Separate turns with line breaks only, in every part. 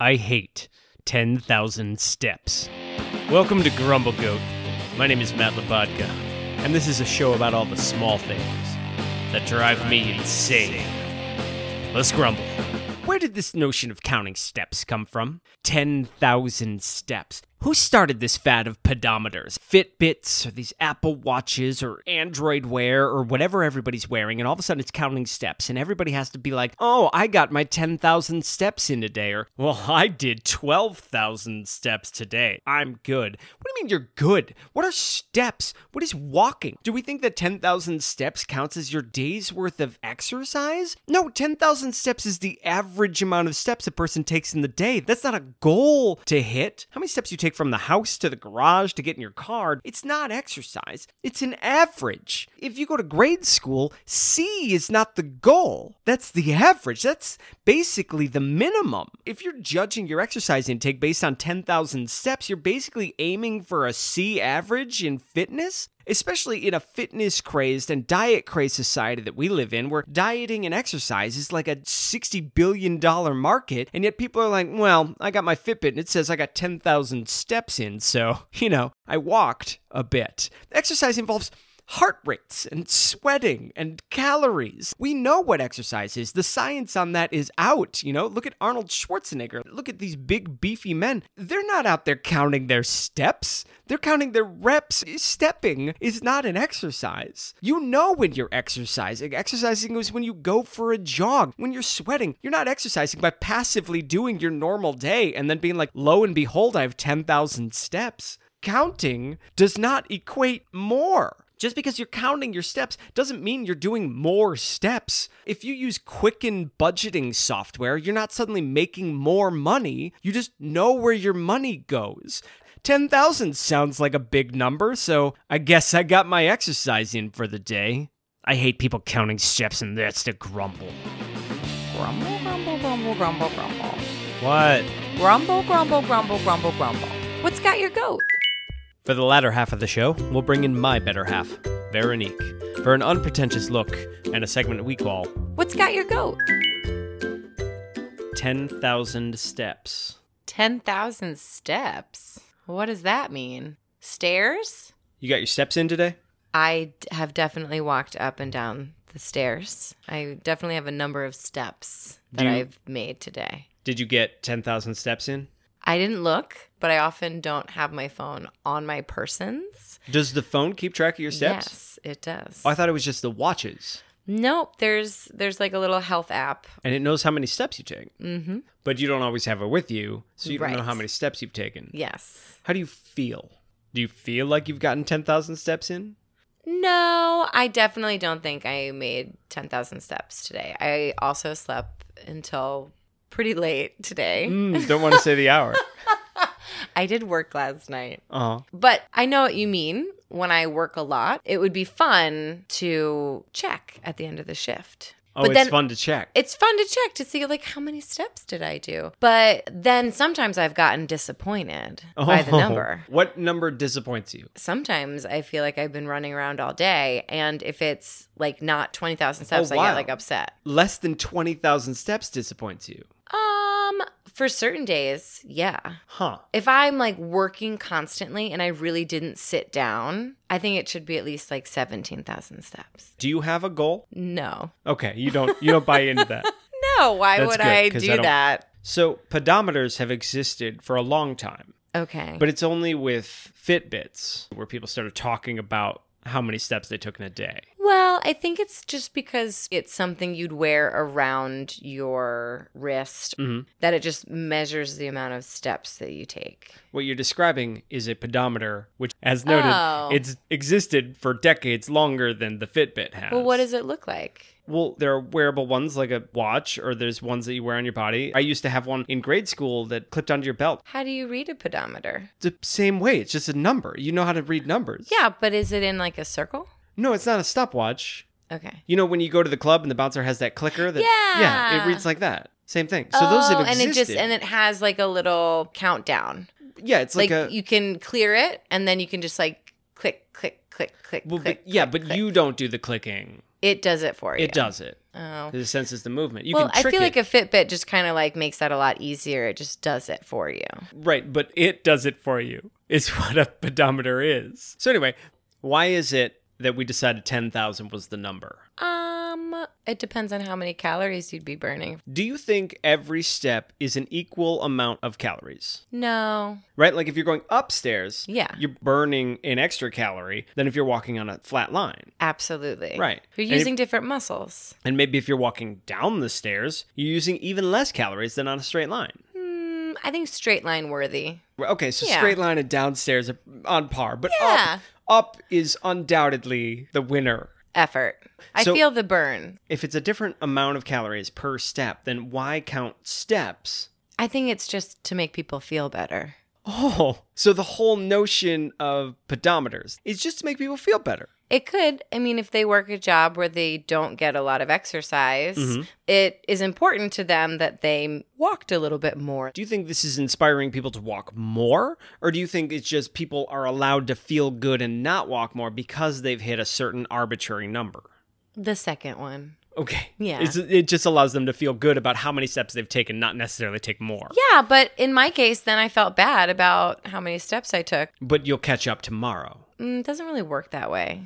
I hate 10,000 steps. Welcome to Grumble Goat. My name is Matt Labodka, and this is a show about all the small things that drive me insane. Let's grumble. Where did this notion of counting steps come from? 10,000 steps. Who started this fad of pedometers? Fitbits, or these Apple Watches, or Android Wear, or whatever everybody's wearing, and all of a sudden it's counting steps, and everybody has to be like, oh, I got my 10,000 steps in today, or, well, I did 12,000 steps today. I'm good. What do you mean you're good? What are steps? What is walking? Do we think that 10,000 steps counts as your day's worth of exercise? No, 10,000 steps is the average amount of steps a person takes in the day. That's not a goal to hit. How many steps you take from the house to the garage to get in your car? It's not exercise, it's an average. If you go to grade school, C is not the goal. That's the average. That's basically the minimum. If you're judging your exercise intake based on 10,000 steps, you're basically aiming for a C average in fitness especially in a fitness crazed and diet crazed society that we live in, where dieting and exercise is like a $60 billion market. And yet people are like, well, I got my Fitbit and it says I got 10,000 steps in. So, you know, I walked a bit. Exercise involves heart rates and sweating and calories. We know what exercise is. The science on that is out. You know, look at Arnold Schwarzenegger. Look at these big, beefy men. They're not out there counting their steps, they're counting their reps. Stepping is not an exercise. You know when you're exercising. Exercising is when you go for a jog, when you're sweating. You're not exercising by passively doing your normal day and then being like, lo and behold, I have 10,000 steps. Counting does not equate more. Just because you're counting your steps doesn't mean you're doing more steps. If you use Quicken budgeting software, you're not suddenly making more money. You just know where your money goes. 10,000 sounds like a big number, so I guess I got my exercise in for the day. I hate people counting steps, and that's the grumble.
Grumble, grumble, grumble, grumble, grumble.
What?
Grumble, grumble, grumble, grumble, grumble. What's got your goat?
For the latter half of the show, we'll bring in my better half, Veronique, for an unpretentious look and a segment we call
What's got your goat?
10,000 Steps.
10,000 steps. What does that mean? Stairs?
You got your steps in today?
I d- have definitely walked up and down the stairs. I definitely have a number of steps that
Do you-
I've made today.
Did you get 10,000 steps in?
I didn't look, but I often don't have my phone on my persons.
Does the phone keep track of your steps?
Yes, it does.
Oh, I thought it was just the watches
nope, there's there's like a little health app.
and it knows how many steps you take,
Mhm.
but you don't always have it with you, so you don't know
Right.
how many steps you've taken.
Yes.
How do you feel? Do you feel like you've gotten 10,000 steps in?
No, I definitely don't think I made 10,000 steps today. I also slept until pretty late today.
Mm, don't want to say the hour.
I did work last night.
Uh-huh.
But I know what you mean. When I work a lot, it would be fun to check at the end of the shift.
Oh,
but
it's
then
fun to check.
it's fun to check to see like how many steps did I do. But then sometimes I've gotten disappointed by the
Oh.
number.
What number disappoints you?
sometimes I feel like I've been running around all day, and if it's like not twenty thousand steps,
Oh,
I
wow.
get like upset.
Less than 20,000 steps disappoints you.
Um, for certain days, yeah.
Huh.
If I'm like working constantly and I really didn't sit down, I think it should be at least like seventeen thousand steps.
Do you have a goal?
No,
Okay, you don't you don't buy into that.
no. Why
That's
would
good,
I
'cause
do
I don't-
that?
So, pedometers have existed for a long time.
Okay,
But it's only with Fitbits where people started talking about how many steps they took in a day.
Well, I think it's just because it's something you'd wear around your wrist
Mhm.
that it just measures the amount of steps that you take.
What you're describing is a pedometer, which, as noted,
Oh.
it's existed for decades longer than the Fitbit has.
Well, what does it look like?
Well, there are wearable ones like a watch, or there's ones that you wear on your body. I used to have one in grade school that clipped onto your belt.
How do you read a pedometer?
It's the same way. It's just a number. You know how to read numbers.
Yeah, but is it in like a circle?
No, it's not a stopwatch.
Okay.
You know when you go to the club and the bouncer has that clicker that
Yeah.
yeah, it reads like that. Same thing. So those have
Oh,
existed.
and it just and it has like a little countdown.
yeah, it's like,
Like,
a
you can clear it and then you can just like click click click click
well,
click.
but, yeah,
click,
but
click.
you don't do the clicking.
It does it for you.
It does it
Oh.
because it senses the movement. You
well,
can
I
trick
feel
it.
like a Fitbit just kind of like makes that a lot easier. It just does it for you.
Right, but it does it for you, is what a pedometer is. So, anyway, why is it that we decided 10,000 was the number?
Um, it depends on how many calories you'd be burning.
Do you think every step is an equal amount of calories?
No.
Right? Like if you're going upstairs,
Yeah.
you're burning an extra calorie than if you're walking on a flat line.
Absolutely.
Right.
You're
And if-
using different muscles.
And maybe if you're walking down the stairs, you're using even less calories than on a straight line.
Hmm, I think straight line worthy.
Okay, so
Yeah.
straight line and downstairs are on par, but
Yeah.
up, up is undoubtedly the winner.
Effort. I
So-
feel the burn.
If it's a different amount of calories per step, then why count steps?
I think it's just to make people feel better.
Oh, so the whole notion of pedometers is just to make people feel better.
It could. I mean, if they work a job where they don't get a lot of exercise,
Mm-hmm.
it is important to them that they walked a little bit more.
Do you think this is inspiring people to walk more? Or do you think it's just people are allowed to feel good and not walk more because they've hit a certain arbitrary number?
The second one.
Okay.
Yeah.
It's, it just allows them to feel good about how many steps they've taken, not necessarily take more.
Yeah, but in my case, then I felt bad about how many steps I took.
But you'll catch up tomorrow.
Mm, it doesn't really work that way.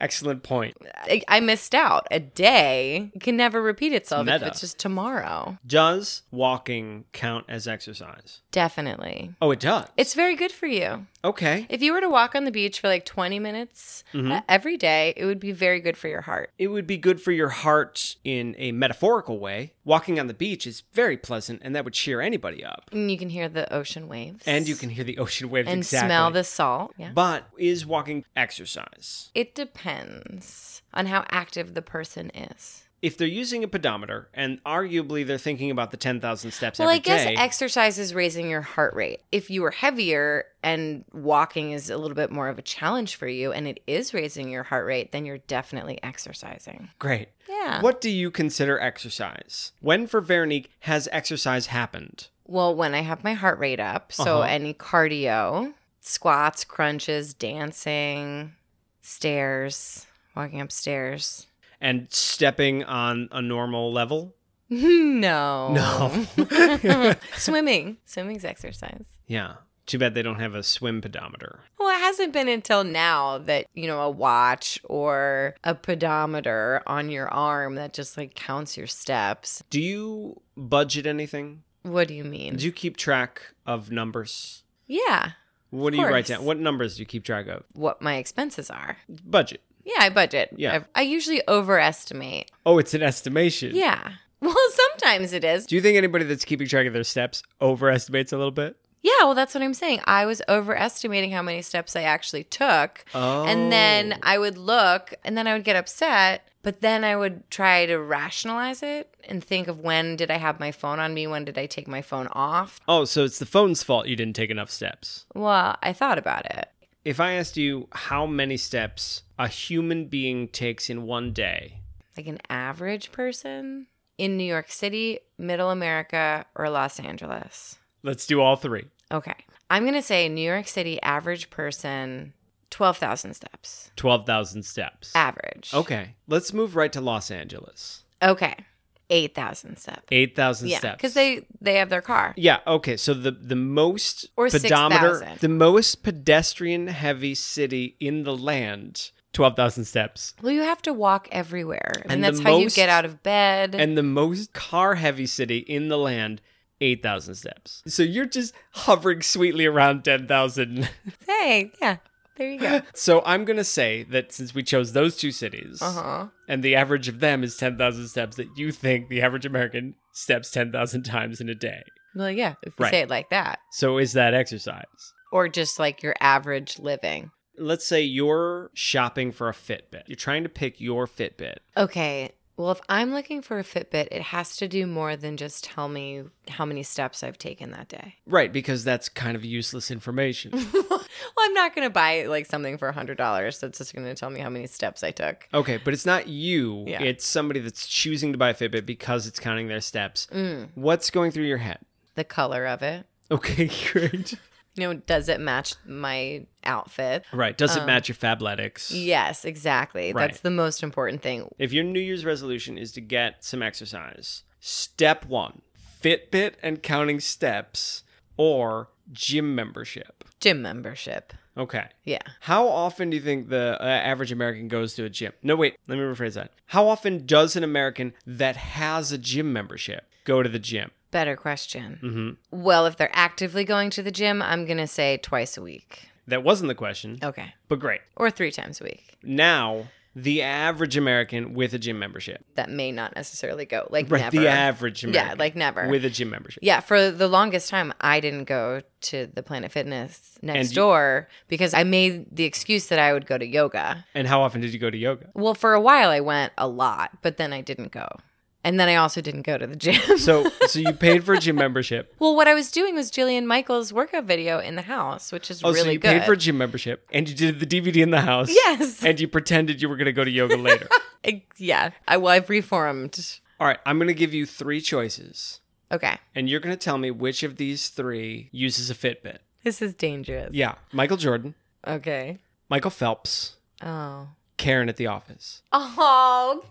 Excellent point.
I, I missed out. A day can never repeat itself. If
Meta.
it's just tomorrow.
Does walking count as exercise?
Definitely.
Oh, it does.
It's very good for you.
okay.
If you were to walk on the beach for like 20 minutes
Mm-hmm.
uh, every day, it would be very good for your heart.
It would be good for your heart in a metaphorical way. Walking on the beach is very pleasant, and that would cheer anybody up.
And you can hear the ocean waves.
And you can hear the ocean waves
and
exactly.
smell the salt. Yeah.
But is walking exercise?
it depends on how active the person is.
If they're using a pedometer and arguably they're thinking about the 10,000 steps
Well,
every
I guess
day,
exercise is raising your heart rate. If you were heavier and walking is a little bit more of a challenge for you and it is raising your heart rate, then you're definitely exercising.
great.
Yeah.
What do you consider exercise? When for Veronique has exercise happened?
Well, when I have my heart rate up, so
Uh-huh.
any cardio, squats, crunches, dancing, stairs, walking upstairs.
And stepping on a normal level?
no.
No.
Swimming. Swimming's exercise.
Yeah. Too bad they don't have a swim pedometer.
Well, it hasn't been until now that, you know, a watch or a pedometer on your arm that just like counts your steps.
Do you budget anything?
What do you mean?
Do you keep track of numbers?
yeah.
What do you write
course.
down? What numbers do you keep track of?
What my expenses are.
Budget.
Yeah, I budget.
Yeah.
I, I usually overestimate.
Oh, it's an estimation.
Yeah. Well, sometimes it is.
Do you think anybody that's keeping track of their steps overestimates a little bit?
Yeah, well, that's what I'm saying. I was overestimating how many steps I actually took.
Oh.
And then I would look and then I would get upset, but then I would try to rationalize it and think of when did I have my phone on me? When did I take my phone off?
Oh, so it's the phone's fault you didn't take enough steps.
Well, I thought about it.
If I asked you how many steps a human being takes in one day,
Like an average person in New York City, middle America, or Los Angeles.
let's do all three.
Okay. I'm going to say New York City, average person, 12,000 steps.
12,000 steps.
Average.
Okay. Let's move right to Los Angeles.
Okay. 8,000 steps.
8,000
Yeah,
steps.
because they they have their car.
Yeah, okay. So the the most
Or
pedometer
6,000.
the most pedestrian heavy city in the land, 12,000 steps.
Well, you have to walk everywhere. I mean,
And the
that's how you
most-
get out of bed.
And the most car heavy city in the land, 8,000 steps. So you're just hovering sweetly around 10,000.
hey, yeah, there you go.
so I'm going to say that since we chose those two cities
Uh huh.
and the average of them is 10,000 steps that you think the average American steps 10,000 times in a day.
Well, yeah, if you
Right.
say it like that,
So is that exercise?
or just like your average living.
Let's say you're shopping for a Fitbit. You're trying to pick your Fitbit.
Okay. Well, if I'm looking for a Fitbit, it has to do more than just tell me how many steps I've taken that day.
Right, because that's kind of useless information.
well, I'm not going to buy like something for $100 that's just going to tell me how many steps I took.
okay, but it's not you.
Yeah.
It's somebody that's choosing to buy a Fitbit because it's counting their steps.
Mm,
What's going through your head?
the color of it.
Okay, great.
You know, does it match my outfit?
Right. Does it
Um,
match your Fabletics?
Yes, exactly.
Right.
That's the most important thing.
If your New Year's resolution is to get some exercise, step one Fitbit and counting steps or gym membership.
Gym membership.
Okay.
Yeah.
How often do you think the uh, average American goes to a gym? No, wait, let me rephrase that. How often does an American that has a gym membership go to the gym?
Better question.
hmm
Well, if they're actively going to the gym, I'm going to say twice a week.
That wasn't the question,
Okay.
but great.
Or three times a week.
Now, the average American with a gym membership.
That may not necessarily go. Like never.
The average American.
yeah, like never.
with a gym membership.
yeah, for the longest time, I didn't go to the Planet Fitness next
And you-
door because I made the excuse that I would go to yoga.
And how often did you go to yoga?
Well, for a while, I went a lot, but then I didn't go. And then I also didn't go to the gym.
So, so you paid for a gym membership.
well, what I was doing was Jillian Michaels' workout video in the house, which is
Oh,
really
so you
good.
paid for a gym membership, and you did the DVD in the house.
yes.
And you pretended you were going to go to yoga later.
I- yeah. I, well, I've reformed.
All right, I'm going to give you three choices,
Okay.
and you're going to tell me which of these three uses a Fitbit.
This is dangerous.
Yeah, Michael Jordan,
Okay.
Michael Phelps,
Oh.
Karen at the office.
Oh,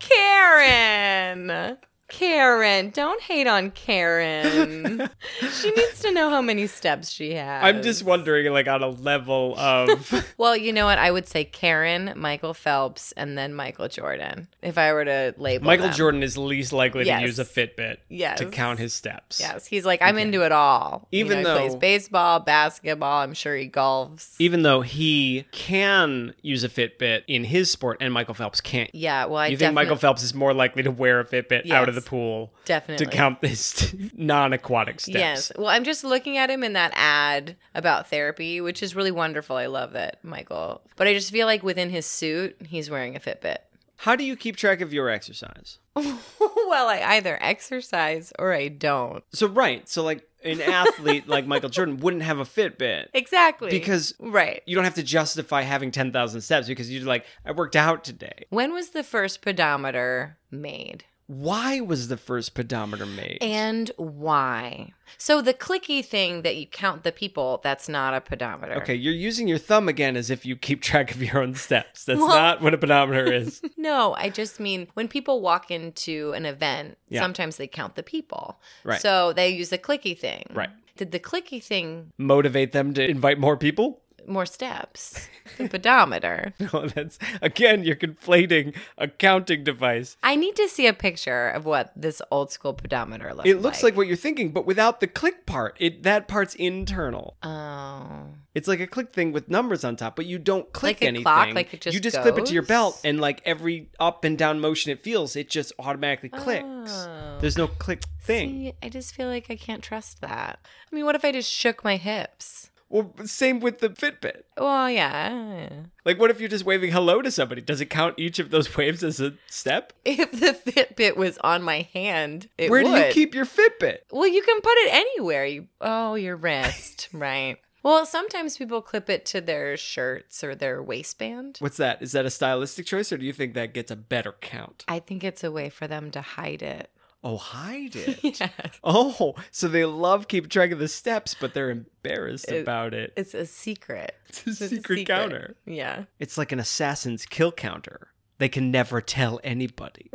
Karen. Karen, don't hate on Karen. she needs to know how many steps she has.
I'm just wondering, like on a level of
Well, you know what? I would say Karen, Michael Phelps, and then Michael Jordan. If I were to label
Michael
them.
Jordan is least likely
Yes.
to use a Fitbit
yes.
to count his steps.
Yes, he's like I'm
Okay.
into it all. You
Even
know, he
though-
plays baseball, basketball. I'm sure he golfs.
Even though he can use a Fitbit in his sport, and Michael Phelps can't.
yeah, well, I
you think Michael
definite-
Phelps is more likely to wear a Fitbit out of the
Yes.
pool
definitely
to count his non-aquatic steps?
Yes. Well, I'm just looking at him in that ad about therapy, which is really wonderful. I love that, Michael. But I just feel like within his suit, he's wearing a Fitbit.
How do you keep track of your exercise?
well, I either exercise or I don't.
So right, so like an athlete like Michael Jordan wouldn't have a Fitbit
Exactly.
because
right.
you don't have to justify having 10,000 steps because you're like, I worked out today.
When was the first pedometer made?
Why was the first pedometer made?
And why? So the clicky thing that you count the people, that's not a pedometer.
okay, you're using your thumb again as if you keep track of your own steps. That's
Well-
not what a pedometer is.
No, I just mean when people walk into an event,
Yeah.
sometimes they count the people.
Right.
So they use the clicky thing.
Right.
Did the clicky thing
Motivate them to invite more people?
more steps? The pedometer.
No, that's again, you're conflating a counting device.
I need to see a picture of what this old school pedometer looks
It looks like what you're thinking, but without the click part. It that part's internal.
oh.
It's like a click thing with numbers on top, but you don't click
Like a
anything.
clock, like it just
you just clip it to your
goes?
belt, and like every up and down motion it feels, it just automatically clicks.
Oh.
There's no click thing.
See, I just feel like I can't trust that. I mean, what if I just shook my hips?
Well, same with the Fitbit.
Well, yeah.
Like, what if you're just waving hello to somebody? Does it count each of those waves as a step?
If the Fitbit was on my hand, it
Where do you
would.
keep your Fitbit?
Well, you can put it anywhere. You, oh, your wrist, right? Well, sometimes people clip it to their shirts or their waistband.
What's that? Is that a stylistic choice, or do you think that gets a better count?
I think it's a way for them to hide it.
Oh, hide it.
yes.
oh, so they love keeping track of the steps, but they're embarrassed
It-
about it.
It's a secret.
It's a
It's a
secret, counter.
Yeah.
It's like an assassin's kill counter. They can never tell anybody.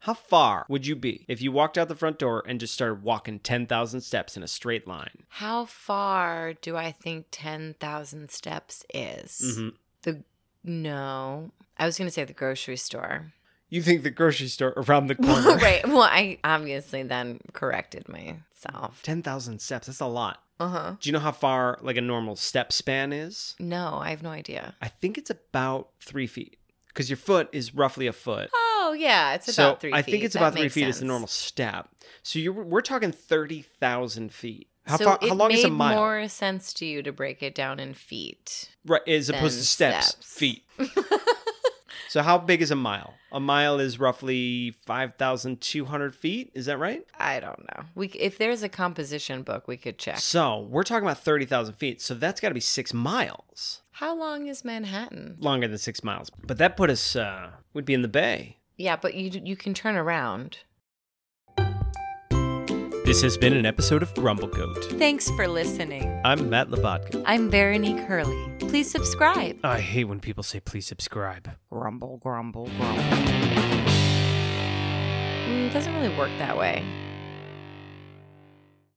How far would you be if you walked out the front door and just started walking 10,000 steps in a straight line?
How far do I think 10,000 steps is?
Mhm.
The no. I was going to say the grocery store.
You think the grocery store around the corner?
right. Well, I obviously then corrected myself.
10,000 steps, that's a lot.
Uh-huh.
Do you know how far like a normal step span is?
No, I have no idea.
I think it's about three feet because your foot is roughly a foot.
Oh yeah, it's
so
about three.
I
feet.
think it's
That
about three
makes
feet is the
sense.
normal step. So you're, we're talking 30,000 feet. How,
so
far,
it
how long
made
is a mile?
More sense to you to break it down in feet.
Right, as opposed
than
to steps,
steps.
feet. so how big is a mile? A mile is roughly 5,200 feet, is that right?
I don't know. We c- if there's a composition book, we could check.
So, we're talking about 30,000 feet, so that's got to be 6 miles.
How long is Manhattan?
Longer than 6 miles. But that put us uh would be in the bay.
Yeah, but you d- you can turn around.
This has been an episode of Grumble Goat.
Thanks for listening.
I'm Matt Labodka.
I'm Veronique Hurley. Please subscribe.
I hate when people say please subscribe.
Grumble, grumble, grumble. Mm, it doesn't really work that way.